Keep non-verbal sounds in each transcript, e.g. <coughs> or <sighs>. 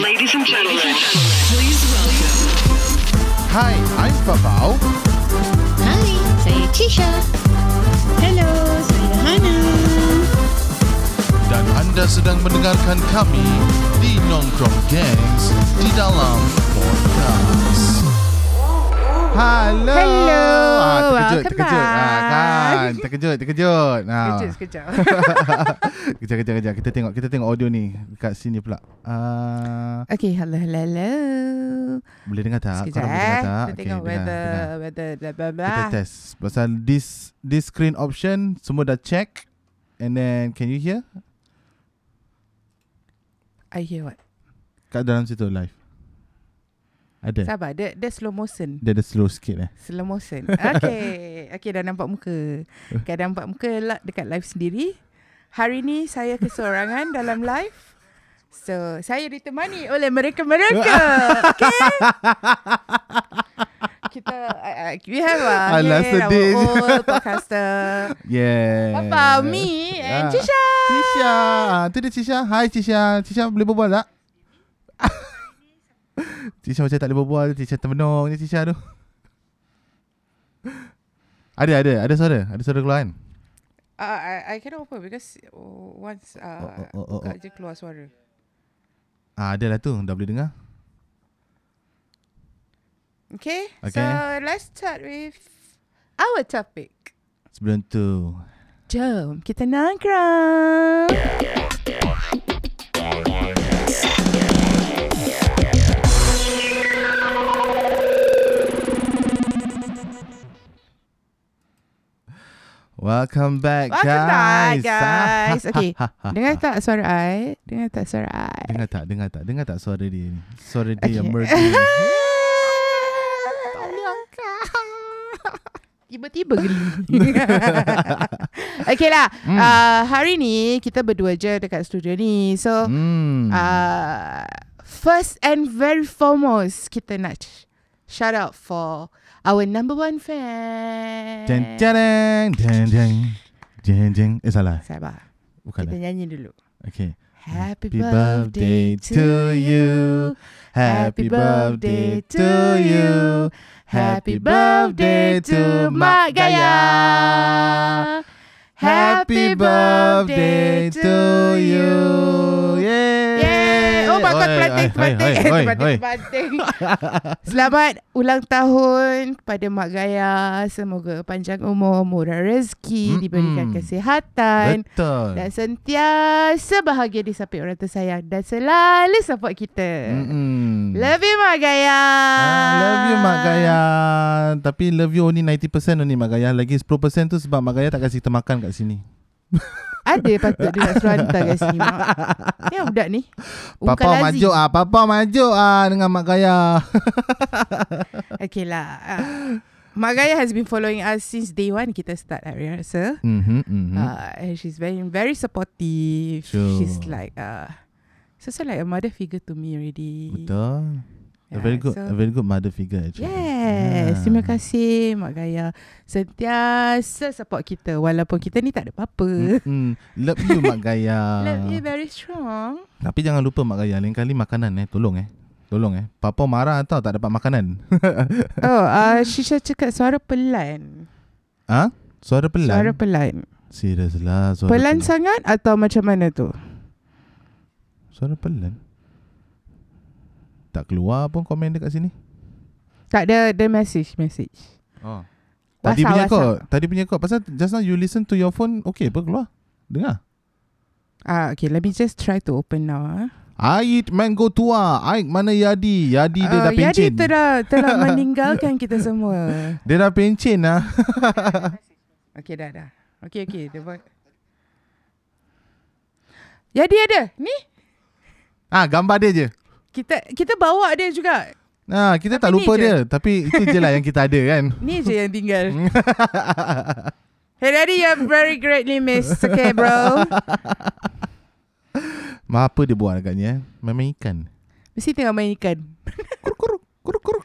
Ladies and gentlemen, Hi, I'm Babau. Hai, saya Tisha. Hello, saya Hana. Dan anda sedang mendengarkan kami di Nongkrong Gangs di dalam podcast. Hello. Hello, Ah, terkejut, welcome terkejut. Ah, back. kan, terkejut, terkejut. Ah. <laughs> Kejut sekejap. Kejap, kejap, kejap. Kita tengok, kita tengok audio ni dekat sini pula. Ah, <laughs> okay, hello, hello, hello. boleh dengar tak? Korang Sekejap boleh eh. dengar tak? Kita tengok dengar, lah. weather, dengar. weather, blah, blah, blah. Kita test Pasal this This screen option Semua dah check And then Can you hear? I hear what? Kat dalam situ live Ada Sabar, dia, dia slow motion. Dia ada slow sikit eh Slow <laughs> motion. Okay. okay, dah nampak muka. Dah nampak muka lah dekat live sendiri. Hari ni saya keseorangan dalam live. So, saya ditemani oleh mereka-mereka. <laughs> Okay? Kita, uh, uh, we have uh, Alah, here our sedih je. old <laughs> podcaster. Yeah Papa, me and Ah. Cisha. Cisha ah, Tu dia Cisha Hai Cisha Cisha boleh berbual tak? <laughs> Cisha macam tak boleh berbual Cisha termenung je Cisha tu <laughs> Ada ada Ada suara Ada suara keluar kan? Uh, I, I cannot open because oh, once uh, Oh, oh, oh, oh. buka je keluar suara. Ah, ada lah tu Dah boleh dengar Okay? Okay. So, let's start with our topic. Sebelum tu Jom, kita nongkrong. Welcome back Welcome back, guys Ah, ha, guys. Okay, dengar tak suara I? Dengar tak suara I? Dengar tak, dengar tak, dengar tak suara dia ni Suara dia yang Okay. merdu <laughs> Tak boleh angkat. <laughs> Tiba-tiba geli. <laughs> <laughs> okay lah. Hmm. Uh, hari ni kita berdua je dekat studio ni. So, hmm. Uh, first and very foremost, kita nak sh- shout out for our number one fan. Jeng jeng jeng jeng jeng jeng Eh salah, Sabar, bukan kita eh. nyanyi dulu. Okay Happy Happy birthday to you Happy birthday to you Happy birthday to Mak Gaya Happy birthday to you Yeay Yeay. Oh my god, Oi, oi, pelanting, oi, pelanting, oi, oi. pelanting, pelanting. Selamat ulang tahun kepada Mak Gaya. Semoga panjang umur, murah rezeki, Mm-mm. diberikan kesihatan. Betul Dan sentiasa bahagia disamping orang tersayang dan selalu support kita. Mm-mm. Love you Mak Gaya. Ah, love you Mak Gaya Tapi love you only 90% only Mak Gaya Lagi 10% tu sebab Mak Gaya tak kasi kita makan kat sini Ada patut dia nak suruh hantar kat sini <laughs> Mak. Tengok budak ni. Papa Ungkal Aziz. maju ah, Papa maju ah dengan Mak Gaya Okay lah. Uh, Mak Gaya has been following us since day one kita start at rehearsal. mm-hmm, mm-hmm. Uh, and she's very very supportive. Sure. She's like uh, so so like a mother figure to me already. Betul A Yeah, very good so- A very good mother figure actually Ah. Yes, terima kasih Mak Gaya sentiasa support kita walaupun kita ni tak ada apa-apa. Mm, love you Mak Gaya <laughs> Love Ah. you very strong. Tapi jangan lupa Mak Gaya Lain kali makanan eh Tolong eh Tolong eh Papa marah tau Tak dapat makanan <laughs> Oh, uh, Shisha cakap suara pelan. Ha? Suara pelan Suara pelan. Serius lah Suara Pelan sangat atau macam mana tu? Suara pelan Tak keluar pun komen dekat sini Tak ada the message message. Oh. Tadi WhatsApp, punya kod WhatsApp. Tadi punya kod Pasal just now you listen to your phone Okay apa keluar Dengar Ah, okay, let me just try to open now. Ah. Ait Mango Tua Ait mana Yadi Yadi dia Oh, dah pencin Yadi telah, <laughs> telah meninggalkan kita semua. Dia dah pencin lah Okay, dah dah. Okay, okay. The boy. Yadi Ya, ada. Ni Ah gambar dia je kita kita bawa dia juga. Nah, kita Tapi tak ni lupa je. dia Tapi itu je lah yang kita ada kan Ni je yang <laughs> tinggal. Hey Daddy, you're very greatly missed. Okay, bro. Ma, Apa dia buat agaknya eh? Memang ikan Mesti tengah main ikan. Kuruk kuruk kuruk kuruk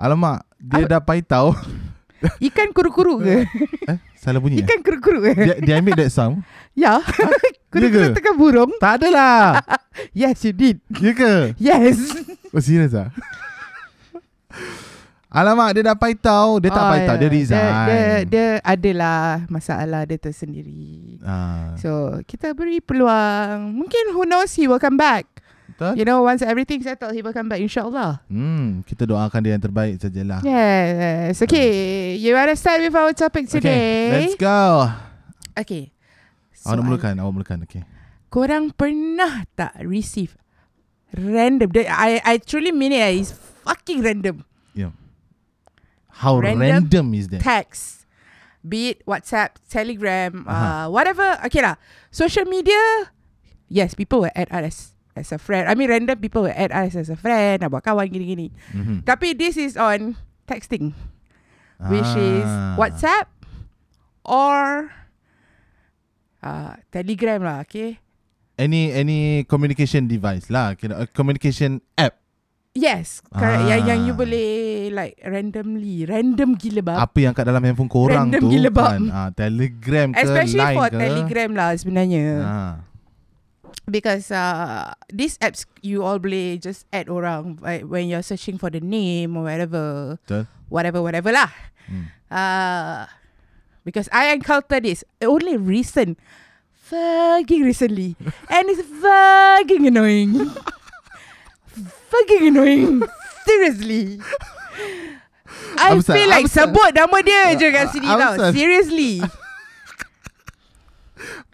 Alamak Dia dah paitau <laughs> Ikan kuru-kuru ke? Eh salah bunyi eh? Ikan kuru-kuru ke? <laughs> dia, dia ambil that sound Ya. Kau Ya dah ke? katakan burung? Tak adalah. Yes, you did. ya ke? Yes. Oh, serious ah? <laughs> Alamak, dia dah paitau. Dia tak Ah, paitau. Dia ya. resign. Dia, dia, dia adalah masalah dia tersendiri. Ah, So, kita beri peluang. Mungkin who knows he will come back. betul? You know, once everything settled, he will come back insyaAllah. Hmm, kita doakan dia yang terbaik sajalah. Ya, Yes. Okay. You want to start with our topic today? let's go. Okay. Awak nak mulakan, awak mulakan. Okay. Korang pernah tak receive random? the- I I truly mean it. eh, It's fucking random How Random random, is that? text, be it WhatsApp, Telegram, Aha. uh, whatever. Okay lah. Social media. Yes, people will add us as a friend. I mean, random people will add us as a friend, abang kawan gini-gini. Mhm. Tapi this is on texting, which is Ah. WhatsApp or uh, Telegram lah. Okay. Any any communication device lah, kira uh, communication app. Yes, correct. Yang yang you Ah. boleh like randomly, random gila bab. Apa yang kat dalam handphone korang Random tu gila bab. kan? Ah, Telegram ke, Especially Line for ke. Telegram lah sebenarnya. Ah. Because uh, these apps you all boleh just add orang like, when you're searching for the name or whatever. Betul. Whatever, whatever lah. Hmm. Uh, because I encountered this eh, only recent. Fucking recently. and it's fucking annoying. fucking annoying. Seriously. I Amsal, feel like Amsal. sebut nama dia je kat sini tau. Amsal. Seriously.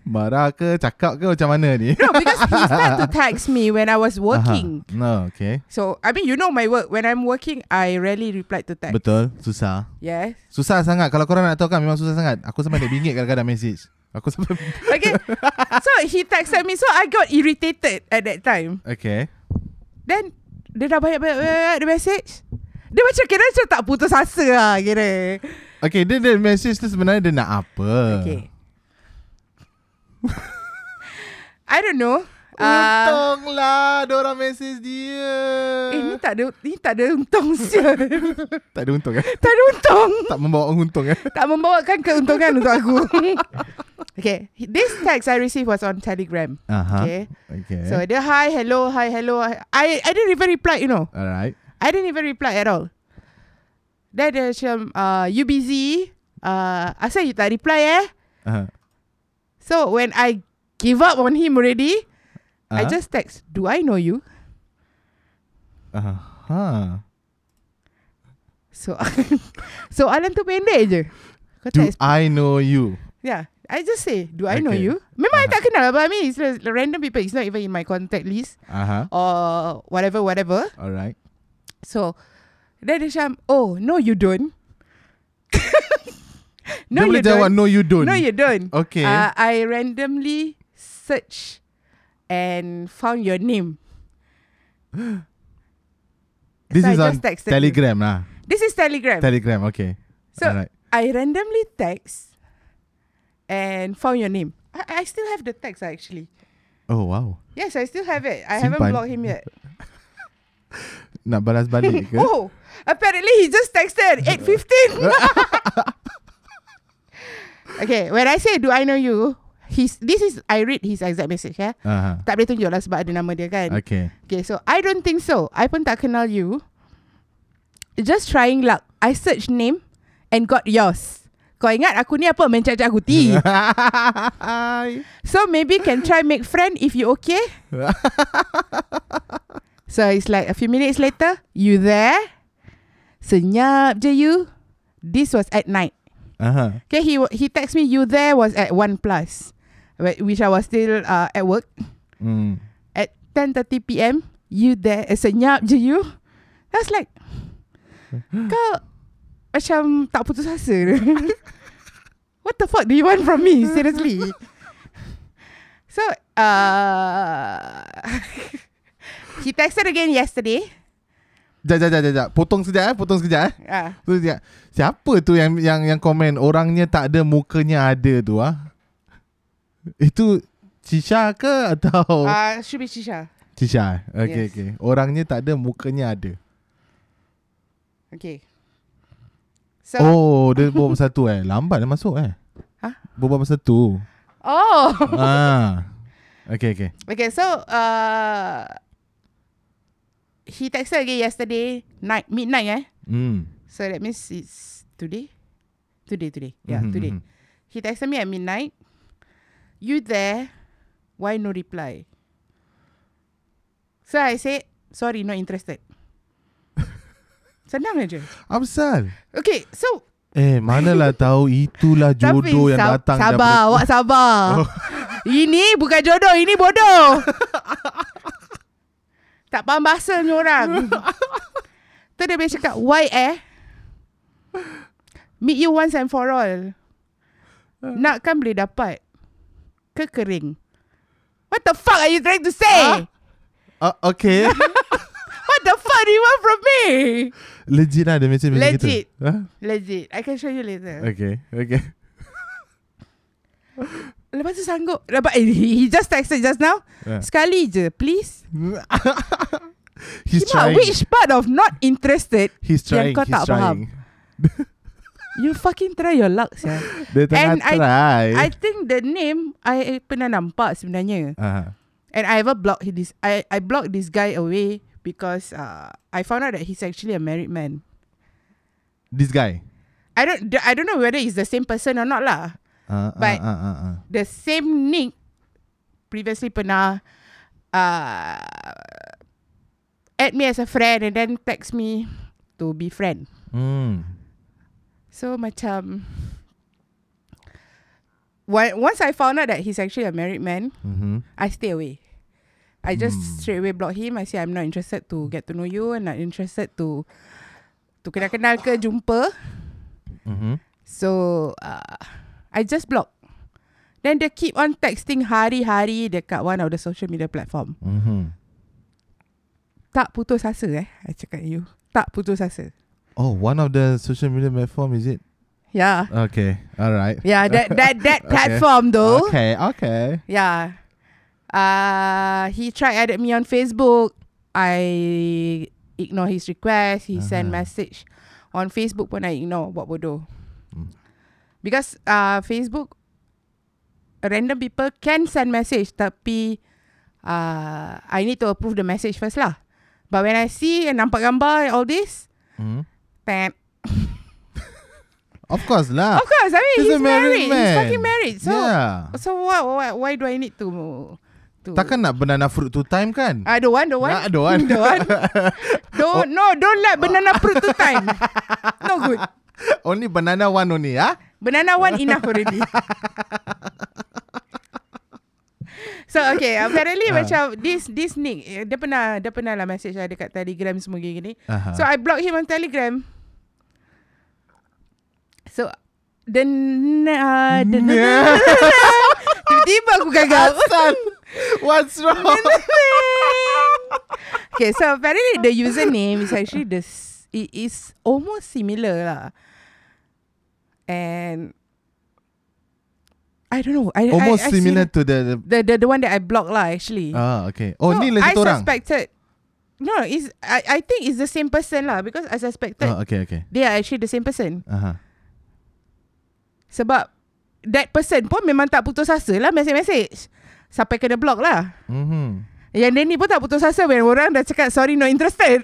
Marah ke, cakap ke macam mana ni? No, because he started to text me when I was Uh-huh. working. Aha. No, okay. So I mean, you know my work. When I'm working, I rarely reply to text. Betul, susah. yes. Susah sangat. Kalau korang nak tahu kan, memang susah sangat. Aku sampai dah bingit kadang-kadang message. Aku sampai... <laughs> Okay. so he texted me. So I got irritated at that time. Okay. Then dia dah banyak banyak, banyak the message. Dia macam kira macam tak putus asa lah kira. Okay, dia, dia message tu sebenarnya dia nak apa? Okay. I don't know. Uh, Untunglah Diorang message dia eh ni tak ada ni tak ada untung <laughs> sia. Tak ada untung eh tak ada untung. Tak membawa untung <laughs> eh Tak membawakan keuntungan untuk aku. <laughs> okay. This text I received was on Telegram. Aha. Okay. Ah. Okay So dia hi, hello, hi, hello. I I didn't even reply, you know. Alright I didn't even reply at all. Then dia macam, uh, you busy? Uh, asal you tak reply eh? uh-huh. So when I give up on him already, Ah? I just text, do I know you? Aha. Ha. So <laughs> soalan tu pendek je. Kau Do tak, I know you yeah. I just say, do I know Okay. Uh-huh. you? Memang I Aha. tak kenal apa I mean, it's like random people. It's not even in my contact list Aha. or whatever, whatever. Alright So Then dia macam Oh no you don't <laughs> Dia boleh jawab No you don't No you don't Okay uh, I randomly search And found your name This so I is on just texted you. Telegram lah This is Telegram Telegram okay So Alright I randomly text And found your name I, I still have the text ah, actually Oh wow Yes I still have it I haven't Simpan. blocked him yet Nak balas balik ke <laughs> Oh, apparently he <laughs> just texted at 8:15. okay, when I say do I know you, he's this is I read his exact message ya. Aha. Tak boleh tunjuk lah sebab ada nama dia kan. Okay. Okay okay, so I don't think so. I pun tak kenal you. Just trying luck. I search name and got yours. Kau ingat aku ni apa mencaca <laughs> kuti. so maybe can try make friend if you okay. So it's like a few minutes later, you there? Senyap je you. This was at night. Aha. Okay, he wa- he text me you there was at one plus, wh- which I was still uh, at work Hmm. at ten thirty p.m. You there? Uh, senyap je you. I was like, kau macam tak putus asa. <laughs> What the fuck do you want from me? Seriously. <laughs> So, uh, <laughs> he texted again yesterday. Jap, jap, jap, jap, jap. Potong sekejap eh, potong sekejap eh. Ah. Tu dia, siapa tu yang yang yang komen orangnya tak ada mukanya ada tu ah? Itu Cisha ke atau uh, Uh, should be Shisha. Cisha? eh? Okey yes. yes. okey. Orangnya tak ada mukanya ada. Okay. So, oh. Oh, dia bawa pasal tu eh. Lambat dia masuk eh. Hah? Bawa pasal tu. oh. <laughs> ah. Okay, okay. Okay, so uh, he texted again yesterday night, midnight eh. Mm. So that means it's today, today, today. Yeah, Mhm, today. mhm. He texted me at midnight. You there? Why no reply? So I said sorry, not interested. Senang aja. Amsal. Okay, so Eh, <laughs> manalah tahu itulah jodoh yang sab- datang Sabar daripada- awak sabar Oh. <laughs> Ini bukan jodoh Ini <laughs> bodoh Tak faham bahasa ni <laughs> orang Tu dia boleh cakap Why eh Meet you once and for <laughs> all Nak kan boleh dapat Ke kering What the fuck are you trying to say? <laughs> Ah, <laughs> okay. What the fuck do you want from me? Legit lah dia macam macam gitu. Legit. Ha? Legit I can show you later Okay, okay. Lepas tu sanggup Lepas, eh, He just texted just now <laughs> Ah. Sekali je please he's Ima, trying. which part of not interested He's trying. yang kau He's tak faham? trying. You fucking try your luck sia. Dia tengah And I- try. I think the name I pernah nampak sebenarnya. Ah, And I ever blocked this I I blocked this guy away because uh, I found out that he's actually a married man. this guy. I don't I don't know whether it's the same person or not lah. Ah, But- ah, ah, ah, ah. The same nick previously pernah uh, add me as a friend and then text me to be friend. Hmm. So macam when, once I found out that he's actually a married man, Mhm. I stay away. I just Hmm. straight away block him. I say I'm not interested to get to know you and not interested to to kenal-kenal ke jumpa. Mhm. So uh, I just block. Then they keep on texting hari-hari dekat one of the social media platform. Mhm. Tak putus asa eh. I cakap dengan you. Tak putus asa. Oh, one of the social media platform is it? Yeah. Okay, all right. Yeah, that that that <laughs> Okay. platform though. Okay, okay. Yeah. Uh, Ya. he tried added me on Facebook. I ignore his request. He sent Aha. message on Facebook pun I ignore. Buat bodoh. Hmm. Because uh, Facebook random people can send message tapi uh, I need to approve the message first lah. But when I see and nampak gambar and all this, Mhm. Hmm. bam. Of course lah. Of course, I mean He's a he's, married married. He's man. fucking married. So yeah. so why, why why do I need to to Takkan nak banana fruit two time kan? I Ah, don't want, don't want. Nah, don't want. <laughs> Oh. don't want. Don't, No, don't let banana fruit to time. No good. only banana one only, ah? Banana one enough already. so okay, apparently Ah. macam this this Nick, eh, dia pernah dia pernah lah message saya dekat Telegram semua gini. Aha. So I block him on Telegram. So then uh, then Yeah. <laughs> tiba-tiba aku gagal. Asal What's wrong? okay, so apparently the username is actually this. It is almost similar lah. And I don't know. I <laughs> Almost I, I similar seen to the, the The, the the one that I blocked lah actually. Ah, okay. Oh, So, ni lagi I satu orang. suspected. No, is I I think it's the same person lah because I suspected Oh, okay, okay. they are actually the same person. Aha. Sebab that person pun memang tak putus asa lah message-message. Sampai kena block lah. Mhm. Yang dia ni pun tak putus asa when orang dah cakap sorry not <laughs> interested.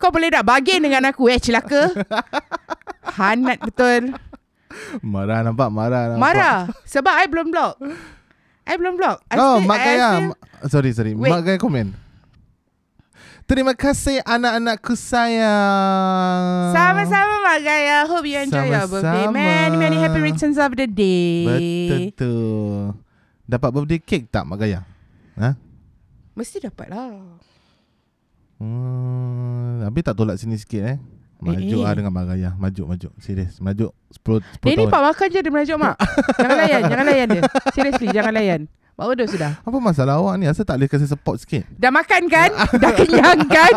Kau boleh tak bargain dengan aku eh celaka. Hanat betul. Marah nampak, marah nampak. Marah sebab I belum block. I belum block. I oh, still- Mak I Gaya. still- Ma- Sorry, sorry. Wait. Mak Gaya komen. Terima kasih anak-anakku sayang. Sama-sama Mak Gaya. Hope you enjoy your Ah. birthday. Sama-sama. Many many happy returns of the day. Betul tu. Dapat birthday cake tak Mak Gaya? Ha? Mesti dapat lah. Hmm, habis tak tolak sini sikit eh. Maju Eh, eh. ah dengan Mak Gaya. Maju, maju. Serius, maju 10 10 Dia ni tahun. pak makan je dia merajuk <laughs> mak. jangan layan, jangan layan dia. Seriously, jangan layan. Mak bodoh sudah. Apa masalah awak ni? Asal tak boleh kasi support sikit? Dah makan kan? Dah kenyang kan?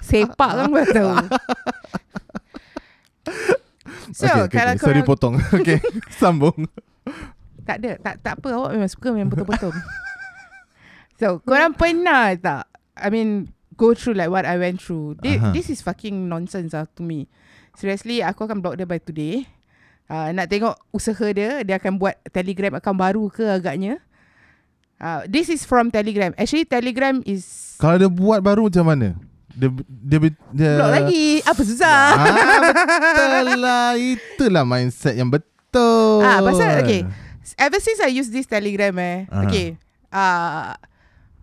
Sepak kan kau tahu. So, okay, okay, kalau okay. Sorry korang Sorry, potong. <laughs> okay, sambung. tak ada, tak tak apa awak memang suka memang potong-potong. so, korang pernah tak? I mean, go through like what I went through. This, Aha. this is fucking nonsense lah to me. Seriously, aku akan block dia by today. Uh, nak tengok usaha dia, dia akan buat Telegram account baru ke agaknya. Uh, this is from Telegram. Actually Telegram is Kalau dia buat baru macam mana? Dia dia dia- dia blog lagi. Apa susah? Ah, betul lah. Itulah mindset yang betul. Ah, pasal okay. Ever since I use this Telegram eh. Ah. Okay. Uh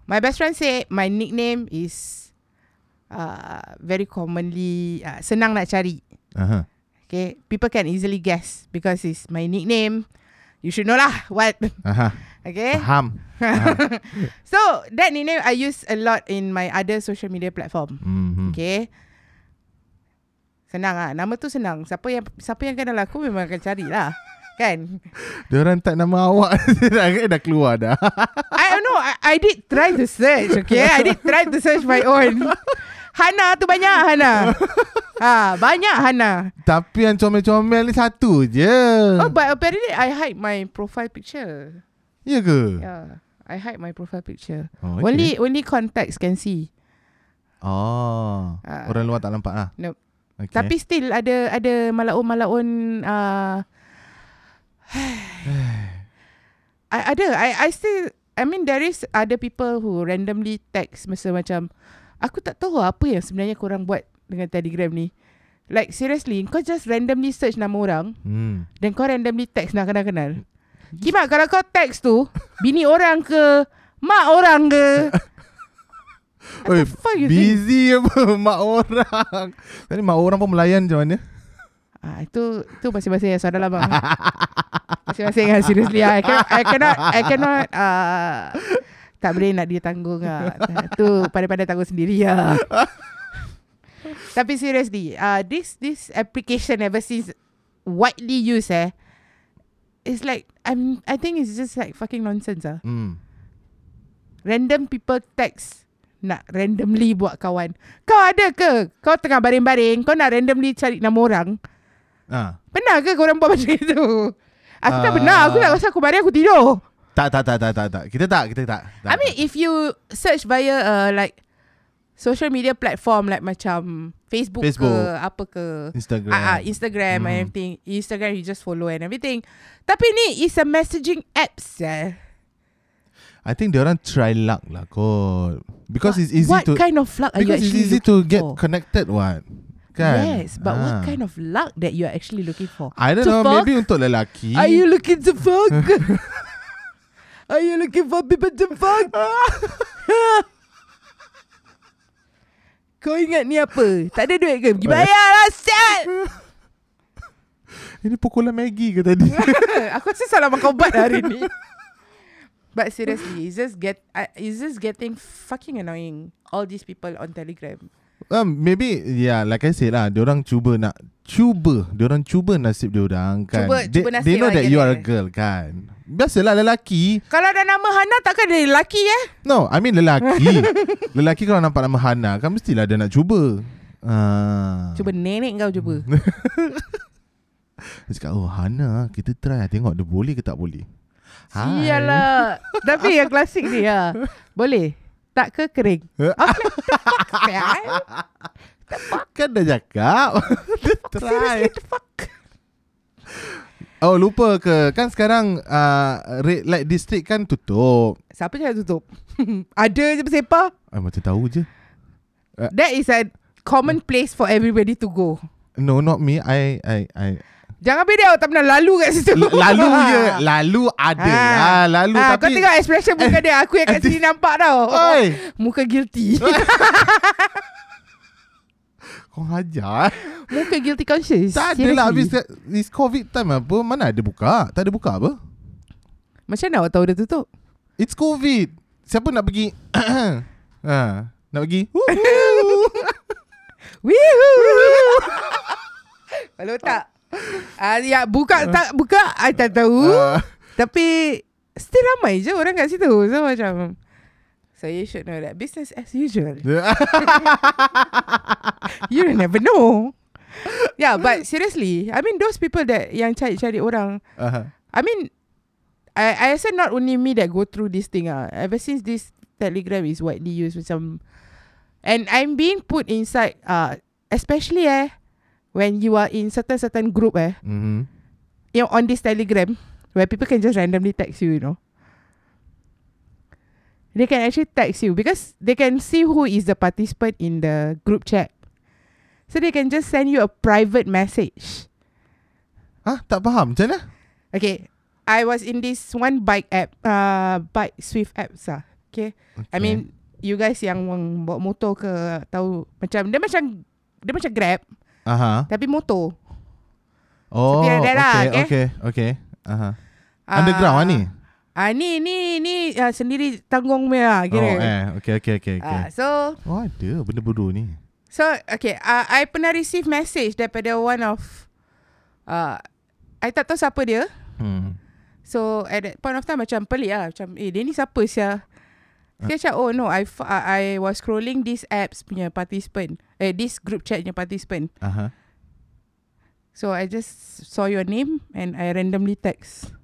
my best friend say my nickname is uh very commonly uh, senang nak cari. Aha. Okay. People can easily guess because it's my nickname. You should know lah what. <laughs> Aha. Okay. Faham. So that nickname I use a lot in my other social media platform. Mhm. Okay. Senang ah. Nama tu senang. Siapa yang siapa yang kenal aku memang akan cari lah. Kan? Dia orang tak nama awak <laughs> dah, dah keluar dah. I don't know. I, I did try to search, okay? I did try to search my own. Hana tu banyak Hana. Ah, banyak Hana. Tapi yang comel-comel ni satu je. Oh, but apparently I hide my profile picture. ya ke? Yeah. I hide my profile picture. Oh, Only only contacts can see. Oh. Ah. orang luar tak nampak lah. Nope. Okay. Tapi still ada ada malaun-malaun uh, <sighs> I ada I I still I mean there is other people who randomly text masa macam aku tak tahu apa yang sebenarnya korang buat dengan Telegram ni. Like seriously kau just randomly search nama orang hmm. dan kau randomly text nak kenal-kenal. Kimak kalau kau text tu bini orang ke mak orang ke Oi, fuck you busy apa <laughs> mak orang. Tadi mak orang pun melayan macam mana? Ah, itu itu masing-masing yang saudara lah, bang. masing-masing yang seriously ah, I cannot I cannot, I cannot uh, tak boleh nak dia tanggung ah. tu pada-pada tanggung sendiri ya. Tapi seriously, uh, this this application ever since widely used eh it's like I'm I think it's just like fucking nonsense ah. Hmm. Random people text nak randomly buat kawan. Kau ada ke? Kau tengah baring-baring, kau nak randomly cari nama orang. Ah. Pernah ke korang buat <laughs> macam itu? Aku uh, tak Ah. pernah. Aku tak rasa aku baring aku tidur. Tak, tak, tak, tak, tak, tak. Kita tak, kita tak. tak I mean if you search via uh, like social media platform like macam Facebook, Facebook. ke apa ke. Instagram. Ah, ah, Instagram and Mm. everything. Instagram you just follow and everything. Tapi ni is a messaging apps. Eh. I think they orang try luck lah kot. Because it's easy what to kind of luck are you because it's actually easy to looking get for? connected what. Kan? Yes, but what Ah. kind of luck that you are actually looking for? I don't to know, fuck? maybe untuk lelaki. Are you looking to <laughs> fuck? Are you looking for people to fuck? <laughs> Kau ingat ni apa? Tak ada duit ke? Pergi bayar lah, Syed! Ini pukulan Maggie ke <laughs> tadi? <laughs> Aku rasa salah makan ubat hari ni. <laughs> But seriously, it's just get uh, it's just getting fucking annoying. All these people on Telegram. um, maybe yeah, like I said lah, dia orang cuba nak cuba, dia orang cuba nasib dia orang kan. Cuba- they, cuba nasib they know orang that je you lah. are a girl kan. Biasalah lelaki. Kalau ada nama Hana, takkan ada lelaki eh? No, I mean <laughs> lelaki. lelaki kalau nampak nama Hana kan mestilah dia nak cuba. Ah. Cuba nenek kau <laughs> cuba. Dia cakap oh Hana Kita try lah tengok Dia boleh ke tak boleh Hai. Sialah Tapi yang klasik ni ha. Boleh Tak ke kering <laughs> Aku like, the fuck man Kan dah cakap <laughs> Dia try Seriously the fuck Oh lupa ke Kan sekarang uh, Red light district kan tutup Siapa cakap tutup <laughs> Ada je bersepah I macam tahu je That is a Common place for everybody to go No not me I I, I. Jangan beda Tak pernah lalu kat situ L- <laughs> Lalu je Lalu ada Ah. ha. Lalu Ah, Kau tapi tengok expression muka dia Aku yang kat sini nampak tau Oi. <laughs> <laughs> Muka guilty Kau <laughs> hajar eh. Muka guilty conscious Tak ada Seriously. lah Habis This covid time apa Mana ada buka Tak ada buka apa Macam mana awak tahu dia <laughs> tutup It's covid Siapa nak pergi <coughs> ha. Nak pergi <laughs> <laughs> Wihoo. Kalau tak uh, ya buka tak buka I tak tahu. Ah. <laughs> Tapi still ramai je orang kat situ. So macam So you should know that business as usual. You will never know. yeah, but seriously, I mean those people that yang cari-cari orang. Aha. I mean I I said not only me that go through this thing ah. Ever since this Telegram is widely used macam and I'm being put ah, inside uh especially eh when you are in certain certain group eh Mhm. you know, on this Telegram where people can just randomly text you, you know. They can actually text you because they can see who is the participant in the group chat. So they can just send you a private message. Ah, tak faham macam mana? Okay. I was in this one bike app, uh, bike Swift apps lah. Okay. I mean, you guys yang bawa motor ke tahu macam dia macam dia macam Grab aha. tapi motor. Oh, Seperti ada lah, okay, okay? okay, okay. Aha. Underground ah ni? Ah ni ni ni ah, sendiri tanggung punya lah, kira. Oh, eh, okay, okay, okay, okay. Ah, so Oh, ada benda bodoh ni. So okay, uh, I pernah receive message daripada one of uh, I tak tahu siapa dia. Hmm. So at that point of time macam pelik lah macam eh dia ni siapa sia? Ah. Dia macam oh no I f- uh, I was scrolling this apps punya participant. Eh this group chat punya participant. Aha. So I just saw your name and I randomly text.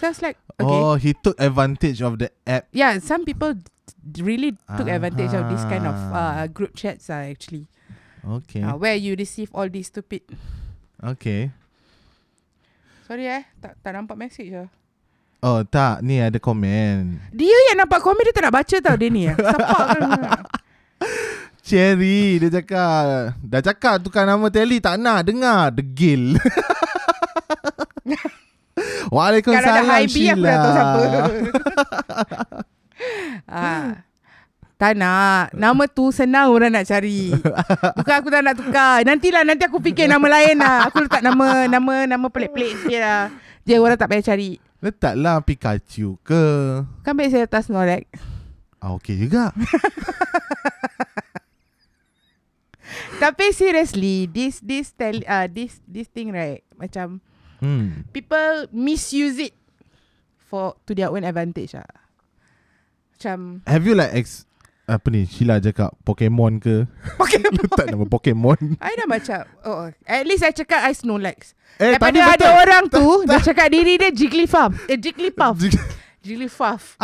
So I was like okay. Oh, he took advantage of the app. Yeah, some people d- d- really took advantage of this kind of Ah. uh, group chats uh, actually. Okay. Uh, where you receive all these stupid Okay. Sorry eh, tak, tak nampak message lah. Oh, tak. Ni ada komen. Dia yang nampak komen dia tak nak baca tau dia ni. <laughs> eh. Sepak kan. Cherry dia cakap Dah cakap tukar nama Telly tak nak dengar Degil <laughs> Kalau Kan ada Waalaikumsalam high B Sheila aku dah tahu siapa. ah. Tak nak. Nama tu senang orang nak cari. Bukan aku tak nak tukar. Nantilah nanti aku fikir nama lain lah. Aku letak nama nama nama pelik-pelik sikit lah. Je orang tak payah cari. <laughs> Letaklah Pikachu ke Kan baik saya letak Snorlax. Ah okey juga Tapi seriously, this this tell uh, this this thing right. Macam hmm. people misuse it for to their own advantage lah. Macam Have you like ex- Apa ni Sheila cakap Pokemon ke <laughs> Letak nama <laughs> Pokemon I dah baca oh, At least I cakap I Snorlax Eh tapi Daripada ada betul orang <laughs> tu Dia cakap diri dia Jigglypuff eh, <laughs> Jigglypuff <laughs> Jigglypuff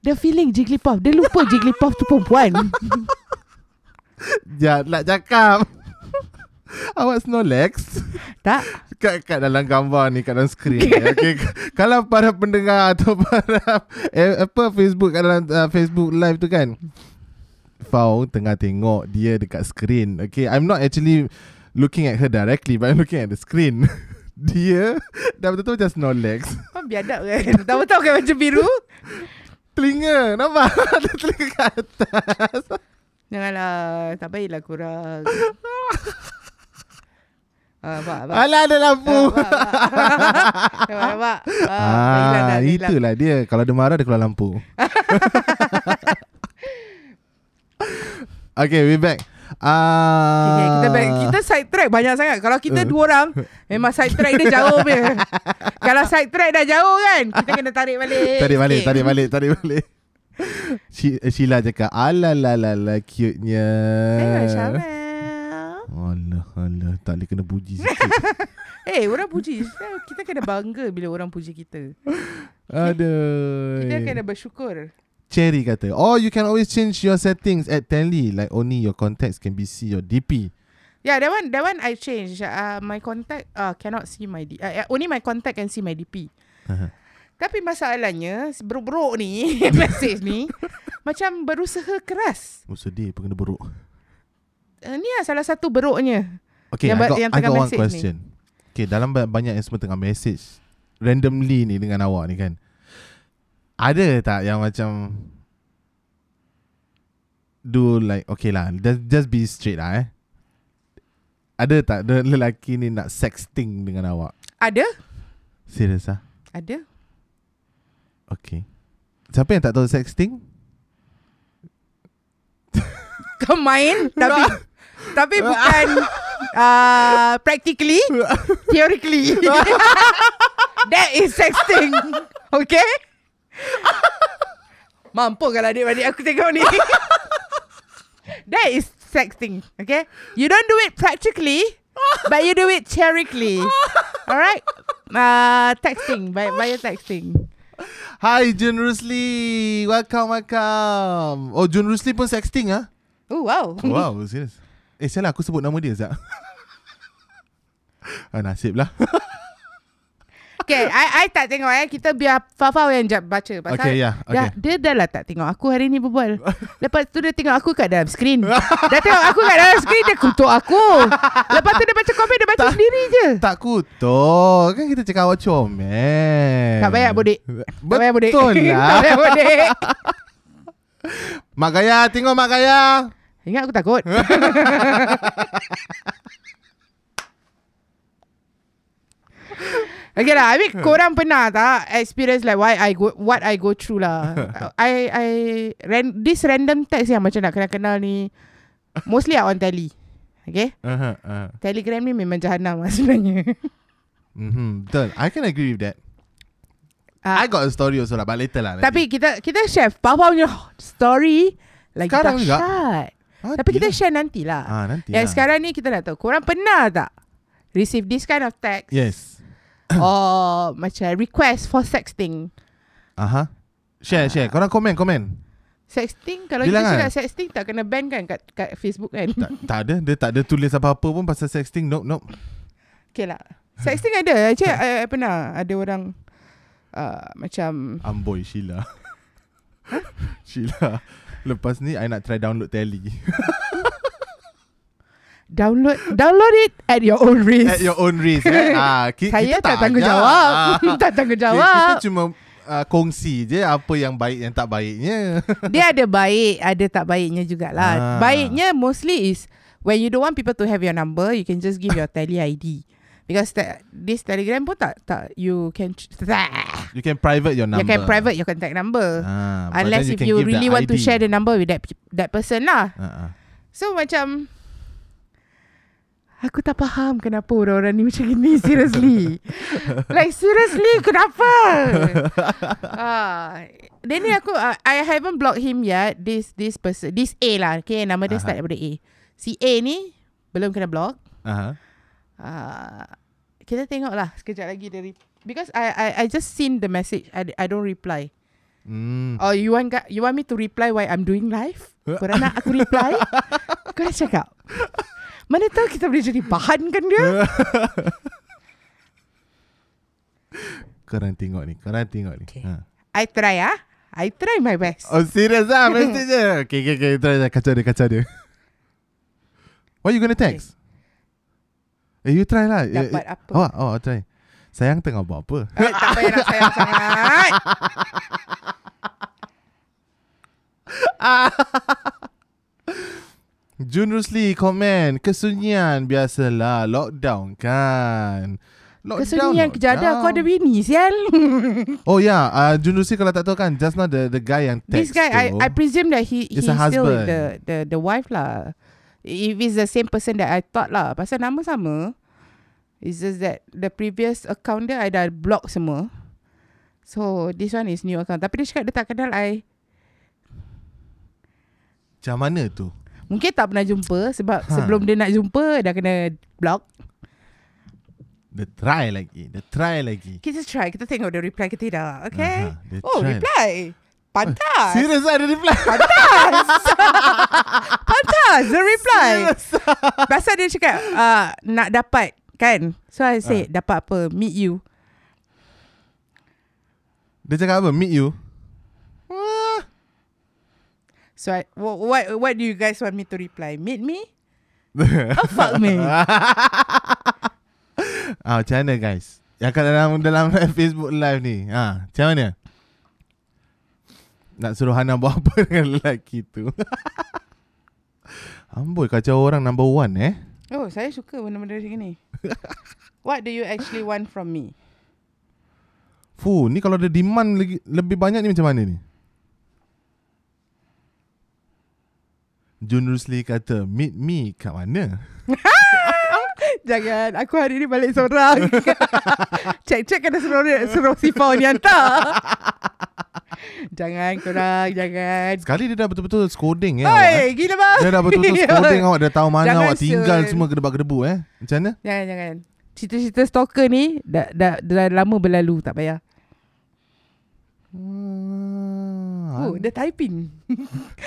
The feeling Jigglypuff Dia lupa Jigglypuff tu <laughs> perempuan Jangan nak cakap <laughs> Awak Snorlax Tak kat, kat dalam gambar ni Kat dalam skrin okay. Kalau para pendengar Atau para <laughs> eh, Apa Facebook Kat dalam uh, Facebook live tu kan Fau tengah tengok Dia dekat skrin Okay I'm not actually Looking at her directly But I'm looking at the screen <laughs> Dia Dah betul-betul macam Snorlax <laughs> Kau biadab kan Tahu-tahu kan macam biru Telinga Nampak <laughs> Ada telinga kat atas Janganlah Tak baiklah <laughs> kurang Ah, Abang, abang. Alah ada lampu Nampak, nampak. Nampak, nampak. Ah, dah hilang, dah Ah, hilang. itulah dia Kalau dia marah dia keluar <laughs> lampu Okay we back Ah, Okay, kita back- kita side track banyak sangat. Kalau kita dua orang memang side track dia jauh punya. Kalau side track dah jauh kan, kita kena tarik balik. Tarik balik sikit. Tarik balik Tarik balik Shi- Sheila cakap Alah lah lah lah Cute-nya Eh, Syamel. Alah alah Tak boleh kena puji sikit <laughs> Eh, orang puji. Kita- Kita kena bangga bila orang puji kita. Aduh Kita kena bersyukur. Cherry kata Oh you can always change your settings At Telly Like only your contacts Can be see your DP Yeah, that one that one I change. Uh, my contact uh, cannot see my D. Uh, only my contact can see my DP. Aha. Tapi masalahnya si beruk-beruk ni <laughs> message ni macam berusaha keras. Oh sedih Apa kena buruk Uh, ni lah salah satu beruknya. Okay, I Yang ba- got, yang I tengah got one message ni. question. Ni. Okay, dalam ba- banyak yang semua tengah message randomly ni dengan awak ni kan. Ada tak yang macam do like okay lah, just, just be straight lah eh. Ada tak ada lelaki ni nak sexting dengan awak? Ada? Serius ah? Ada. Okay. Siapa yang tak tahu sexting? Kau main tapi tapi bukan uh, practically, theoretically. <laughs> That is sexting. Okay? Mampu kalau adik-adik aku tengok ni. That is sexting. Okay? You don't do it practically, but you do it theoretically. Alright? Uh, texting. By, by texting. Hi Jun Rusli, welcome welcome. Oh Jun Rusli pun sexting ah? Oh, wow. <laughs> lah, Wow, serius. Eh, salah aku sebut nama dia Zak. <laughs> ah, Nasib lah <laughs> Okay, I, I tak tengok eh. Kita biar Fafa yang jap baca. Pasal Okay, yeah, Dah, okay. dia dah lah tak tengok aku hari ni berbual. Lepas tu dia tengok aku kat dalam skrin. dah tengok aku kat dalam skrin, dia kutuk aku. Lepas tu dia baca komen, dia baca sendiri je. Tak kutuk Kan kita cakap awak comel Tak payah bodek. Tak payah bodek. <laughs> Betul tak lah payah bodek. Mak Gaya Tengok Mak Gaya Ingat aku <laughs> takut. Okay lah, I mean Hmm. korang pernah tak experience like why I go what I go through <laughs> lah. I I ran, this random text yang macam nak kenal-kenal ni mostly are on tally. Okay? uh-huh, uh. Telegram ni memang jahanam lah <laughs> sebenarnya. mm-hmm. Betul I can agree with that Ah. I got a story also lah But later lah nanti. Tapi kita kita share Papa punya story lagi Sekarang juga? dahsyat. Ah, Tapi kita dia. share nantilah. Ah, nanti Yang lah. sekarang ni kita nak tahu Korang pernah tak Receive this kind of text Yes <coughs> Or macam request for sexting Aha. Uh-huh. Share share Ah. Korang komen komen Sexting Kalau Bilang kita kan? cakap sexting Tak kena ban kan Kat, kat Facebook kan tak, tak ada Dia tak ada tulis apa-apa pun Pasal sexting Nope nope <laughs> Okay lah Sexting ada Actually I, I pernah Ada orang uh, Macam Amboi Sheila <laughs> Sheila Lepas ni I nak try download Tally Download Download it At your own At risk your own risk eh? ah, <laughs> ki- kita Saya tak ajar. tanggungjawab Ah. <laughs> Tak tanggungjawab Kita cuma uh, kongsi je apa yang baik yang tak baiknya. Dia ada baik Ada tak baiknya jugalah Ah. Baiknya mostly is When you don't want people to have your number You can just give your tally ID Because te- this telegram pun tak, tak You can ch- you can private your number. <laughs> You can private your contact number Ah, but Unless then if can you give the really want ID. to share the number With that, pe- that person lah Ah, ah. So macam Aku tak faham kenapa orang-orang ni macam gini <laughs> Seriously Like seriously kenapa <laughs> ah, Then ni aku uh, I haven't blocked him yet This this person This A lah Okay nama Aha. dia start daripada A Si A ni Belum kena block Aha. uh, Kita tengok lah Sekejap lagi dia re- Because I, I I just seen the message I, I don't reply <laughs> Hmm. <laughs> Oh you want ga- you want me to reply why I'm doing live? Korang nak aku <laughs> reply? Korang cakap. Mana tahu kita boleh jadi bahan kan dia? Korang tengok ni, korang tengok ni. Okay. Ha. I try ah. I try my best. Oh serious lah <laughs> mesti je. Okay, okay, okay. Try, try. Kacau dia, kacau dia. What you gonna text? Eh, you try lah. Eh, Dapat eh, apa? Oh, oh, try. Sayang tengah buat apa? Eh, tak payah nak sayang <laughs> sangat. Jun Rusli komen Kesunyian biasalah Lockdown kan Lockdown, Kesunyian kejada aku ada lockdown. bini sial. Oh ya yeah. uh, Jun Rusli kalau tak tahu kan Just now the, the guy yang This text guy I tu, I presume that he It's he's a still with husband. the the the wife lah. If it's the same person that I thought lah. Pasal nama sama. It's just that the previous account dia I dah block semua. So this one is new account. Tapi dia cakap dia tak kenal I. Macam mana tu Mungkin tak pernah jumpa sebab Ha. sebelum dia nak jumpa dah kena block. Dia try lagi Dia try lagi Kita try, kita tengok dia reply ke tidak. Okay? Aha, dia Uh-huh, oh, try. reply. Pantas. Serius lah dia reply <laughs> Pantas. Pantas dia reply. <laughs> Pasal dia cakap uh, nak dapat kan. So I say Ah. dapat apa? Meet you. Dia cakap apa Meet you Wah. So I, what, what what do you guys want me to reply? Meet me? Oh fuck <laughs> me. ah, Macam mana guys Yang kat dalam Dalam <laughs> Facebook live ni ah, Macam mana Nak suruh Hana buat apa <laughs> Dengan lelaki tu <laughs> Amboi kacau orang number one eh Oh, saya suka benda-benda macam <laughs> ni. What do you actually want from me? Fuh, ni kalau ada demand lagi, lebih banyak ni macam mana ni? Jun Rusli kata, meet me kat mana? Jangan Aku hari ni balik <laughs> seorang Cek-cek kena suruh, suruh si Fau ni hantar Jangan korang Jangan Sekali dia dah betul-betul scolding eh. awak, eh. Oi gila bah Dia dah <laughs> betul-betul scolding awak. Dia tahu mana Jangan awak tinggal Sun. semua gedebak-gedebu eh. Macam mana? Jangan jangan Cerita-cerita stalker ni dah, dah, dah, lama berlalu Tak payah Hmm, <laughs> Oh dia typing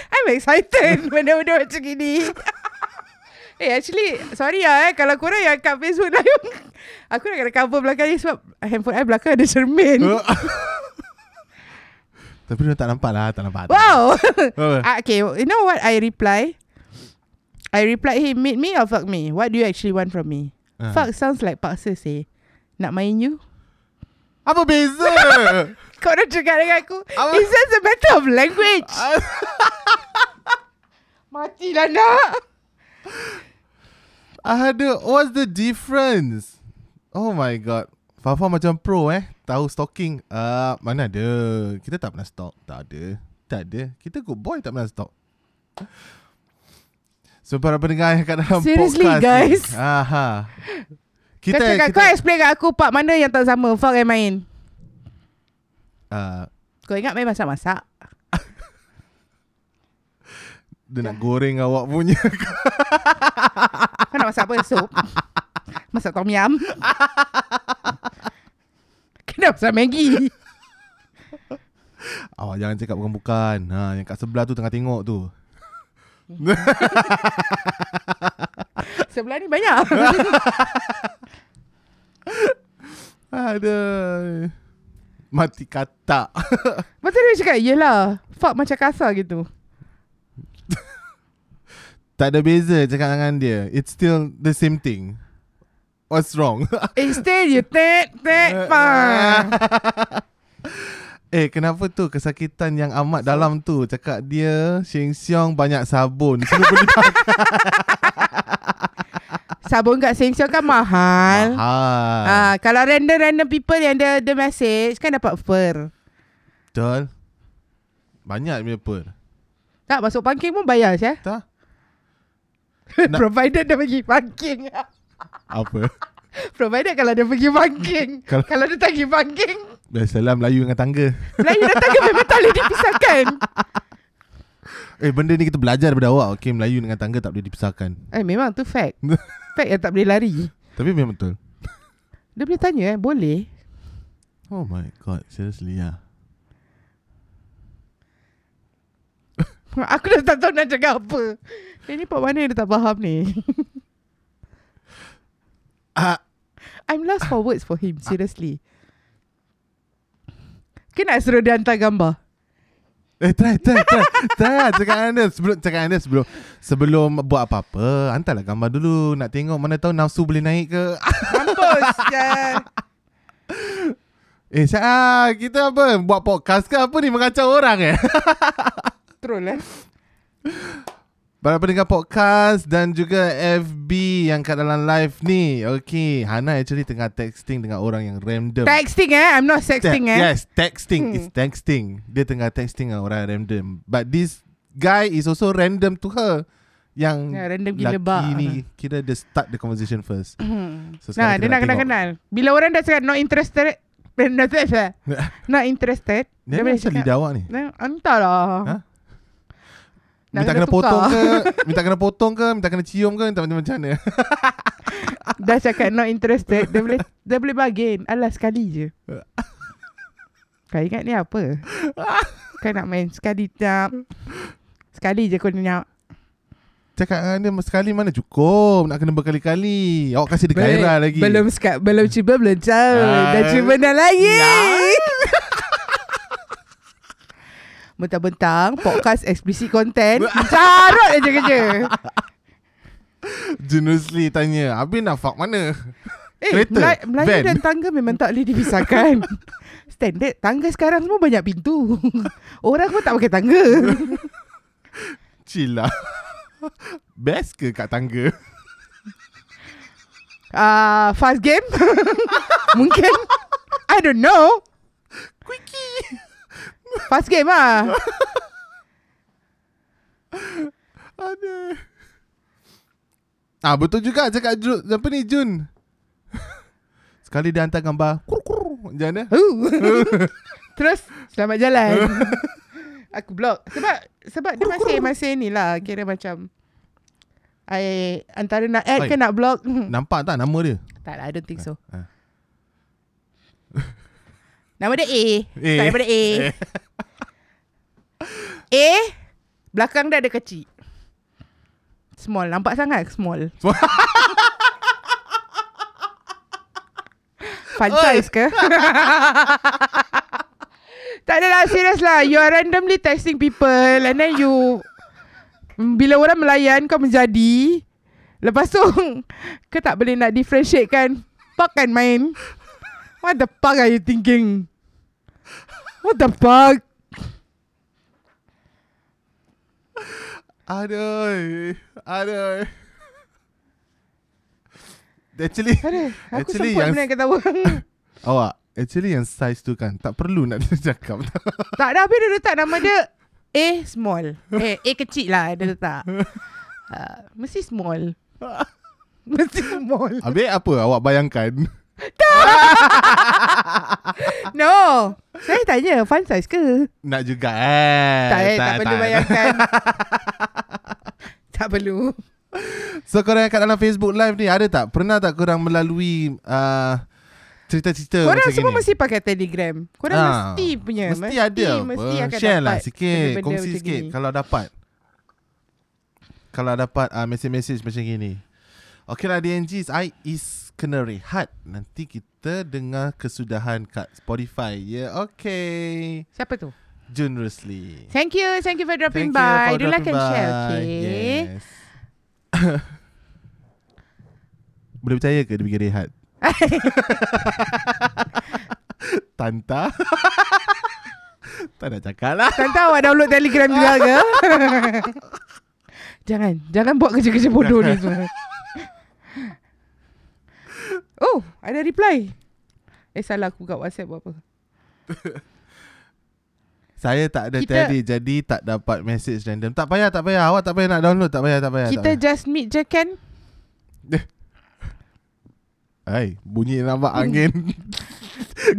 I'm excited Benda-benda macam gini <laughs> Eh actually Sorry lah eh Kalau korang yang kat Facebook live <laughs> Aku nak kena cover belakang ni Sebab handphone I belakang ada cermin Ha? <laughs> Tapi dia tak nampak lah Tak nampak Wow Apa? <laughs> Ah, Okay You know what I reply I reply Hey meet me or fuck me What do you actually want from me Ah. Fuck sounds like paksa sih Nak main you <laughs> Apa beza <laughs> Korang cakap dengan aku Apa? Ah. It's just a matter of <laughs> language Matilah nak Ada What's the difference Oh my god Fafa macam pro eh Tahu stalking uh, Mana ada Kita tak pernah stalk Tak ada Tak ada Kita good boy tak pernah stalk So para pendengar yang kat dalam Seriously, podcast ni, guys. Aha. Kita, kau cakap kau explain kat aku Part mana yang tak sama Fuck yang main uh, Kau ingat main masak-masak Dia nak goreng awak punya Kau nak masak apa? <laughs> Sup? Masak tom yum? Kenapa masak <laughs> Maggi? Awak jangan cakap bukan-bukan ha, Yang kat sebelah tu tengah tengok tu Sebelah ni banyak. <laughs> Ada Mati katak <laughs> Lepas tu dia cakap, yelah, fuck macam kasar <laughs> gitu. Tak ada beza cakap dengan dia It's still the same thing What's wrong? <laughs> Instead, Eh, you tet, tet, fuck. eh kenapa tu kesakitan yang amat dalam tu Cakap dia Sheng Siong banyak sabun Suruh beli Sabun kat Sheng Siong kan mahal. mahal Ah, kalau random-random people yang dia, dia message kan dapat fur. Betul Banyak punya pearl Tak, masuk pangking pun bayar <laughs> saya. Tak Nak- Provided dia pergi pangking. Apa <laughs> <laughs> Provided kalau dia pergi pangking. Kalau- kalau dia tak pergi pangking. Biasalah Melayu dengan tangga Melayu datang ke memang tak boleh <laughs> dipisahkan. Eh benda ni kita belajar daripada awak Okay Melayu dengan tangga tak boleh dipisahkan Eh memang tu <laughs> fact. fact yang tak boleh lari. Tapi memang betul Dia boleh tanya eh, boleh. <laughs> Oh my god Seriously ya Aku dah tak tahu nak cakap apa. Dia ni part mana dia tak faham ni. Ah, I'm lost for words for him, seriously. Ke nak suruh dia hantar gambar? Eh try try try <laughs> Try lah cakap dengan dia Sebelum cakap dengan dia sebelum Sebelum buat apa-apa Hantarlah gambar dulu Nak tengok mana tahu nafsu boleh naik ke Ah, Mampus ya. Eh Syah ah, Kita apa Buat podcast ke apa ni Mengacau orang eh <laughs> Troll eh. Para pendengar podcast Dan juga FB Yang kat dalam live ni Okay Hana actually tengah texting Dengan orang yang random Texting eh, I'm not Te- sexting eh. Yes texting Hmm. It's texting Dia tengah texting Dengan orang random But this guy Is also random to her yang Ya, random gila lelaki bak. ni Kira dia start the conversation first <laughs> Hmm. So sekarang kita Nah, dia nak tengok. kenal-kenal. Bila orang dah cakap not <laughs> interested, eh, not interested, Dia ni macam lidah awak ni Nah, Entahlah Ha? ha? Minta kena, potong ke <laughs> Minta kena potong ke Minta kena cium ke Minta macam macam mana <laughs> Dah cakap not interested Dia boleh Dia boleh bargain Alah sekali <laughs> je Kau ingat ni apa Kau nak main sekali tak Sekali je kau nak Cakap dengan dia sekali mana cukup Nak kena berkali-kali Awak kasih dia Khaira lah lagi Belum sekali Belum cuba belum tahu Ah. Ya. Dah cuba dah lagi <laughs> Nah. Bentang-bentang Podcast explicit <laughs> content Carut je kerja Generously tanya Habis nak fuck mana <laughs> Eh, Kereta, Mela- Melayu van. dan tangga memang tak boleh <laughs> dipisahkan. Standard tangga sekarang semua banyak pintu. <laughs> Orang pun tak pakai <laughs> tangga. Chill lah <laughs> Best ke kat tangga Ah, fast game. <laughs> Mungkin I don't know. Quickie. Fast game ah. Ada Ah betul juga cakap Jun Apa ni Jun <laughs> Sekali dia hantar gambar kur, kur, Macam mana <laughs> Ooh. Terus selamat jalan. <laughs> Aku block sebab sebab dia <laughs> masih masih ni lah kira macam I antara nak add ke Oi. nak block. Nampak tak nama dia <laughs> Tak lah, I don't think so. Ah. Nama dia A. A. Start daripada <laughs> A. Eh, A. Belakang dia ada kecil. Small. Nampak sangat small. Fun Oi. size ke? <laughs> tak ada lah. Serious lah. You are randomly texting people and then you... Mm, Bila orang melayan kau menjadi Lepas tu <laughs> Kau tak boleh nak differentiate kan Fuck kan main What the fuck are you thinking? What the fuck? Aduh. Aduh. Actually Aduh, aku Actually Actually semput yang- yang... <laughs> ketawa. Awak Actually yang size tu kan Tak perlu nak <laughs> dia cakap tak ada habis dia letak nama dia A small. Eh, A kecil lah dia <laughs> letak. Uh, mesti small. Mesti small. Habis apa awak bayangkan No. Saya tanya, fun size ke? Nak juga eh tak, eh, tak, perlu bayangkan. <laughs> tak perlu. So korang yang kat dalam Facebook live ni Ada tak Pernah tak korang melalui uh, Cerita-cerita Korang macam semua gini? mesti pakai telegram. Korang Ah, mesti punya. Mesti ada apa. mesti akan Share dapat lah sikit benda-benda Kongsi macam sikit gini. Kalau dapat Kalau dapat uh, Message-message macam gini Okay lah DNG I is kena rehat Nanti kita dengar kesudahan kat Spotify Ya yeah, okay Siapa tu? Generously Thank you. Thank you for Thank dropping you by. for Do like dropping and share. by. Okay. <laughs> Yes. Boleh percaya ke dia pergi rehat? <laughs> Tanta <laughs> Tak nak cakap lah Tante awak download telegram juga ke? <laughs> jangan. Jangan buat kerja-kerja bodoh ni semua. <laughs> Oh, ada reply. Eh, salah aku kat WhatsApp buat Eh, apa. Saya tak ada Kita- Kita... tadi Jadi tak dapat message random Tak payah tak payah Awak tak payah nak download Tak payah tak payah Kita tak just meet je kan? payah. Hai, Bunyi nampak <laughs> angin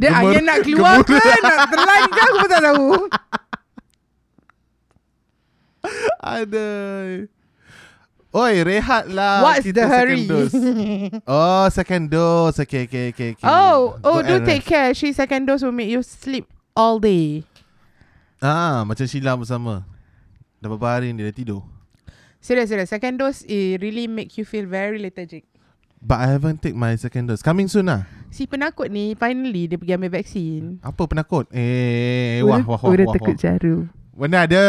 Dia Gemer- hanya nak keluar ke? Nak telan ke? Aku pun tak <laughs> tahu. Ada Oi rehat lah What's Kita the second hurry? <laughs> dose. Oh second dose Okay okay okay, okay. oh, oh, Go do and take care. She second dose will make you sleep all day. Ah, macam Sheila bersama. Dah beberapa hari ni dia dah tidur. Serious, serious. Second dose, it really make you feel very lethargic. But I haven't take my second dose. Coming soon lah. Si penakut ni, finally dia pergi ambil vaksin. Apa penakut? Eh, wah, wah, wah, wah, wah. jarum. Mana ada?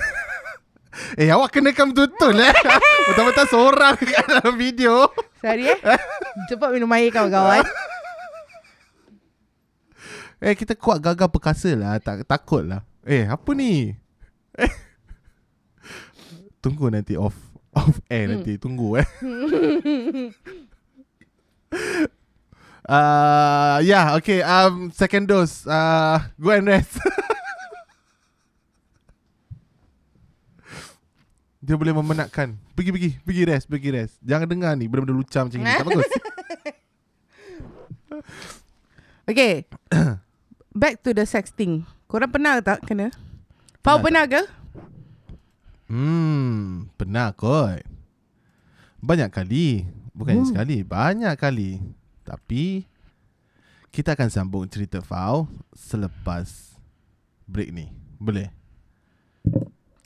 <laughs> eh, awak kenakan betul-betul eh. <laughs> Betul-betul seorang kat dalam video. Sorry eh. <laughs> Cepat minum air kawan-kawan. Eh, kita kuat gagal perkasa lah. Tak, takut lah. Eh, apa ni? Eh. Tunggu nanti off. Off air nanti. Tunggu eh. Uh, yeah, okay. Um, second dose. Uh, go and rest. <laughs> Dia boleh memenatkan. Pergi, pergi. Pergi rest, pergi rest. Jangan dengar ni benda-benda lucah macam ni. Tak bagus. <coughs> okay. Back to the sexting. Korang pernah ke tak kena? Pau pernah ke? Hmm, pernah kot. Banyak kali. Bukan hmm. sekali, banyak kali. Tapi kita akan sambung cerita Fau selepas break ni. Boleh?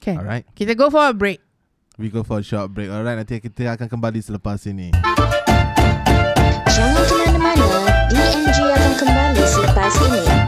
Okay. Alright. Kita go for a break. We go for a short break. Alright, nanti kita akan kembali selepas ini. Jangan ke mana-mana, DNG akan kembali selepas ini.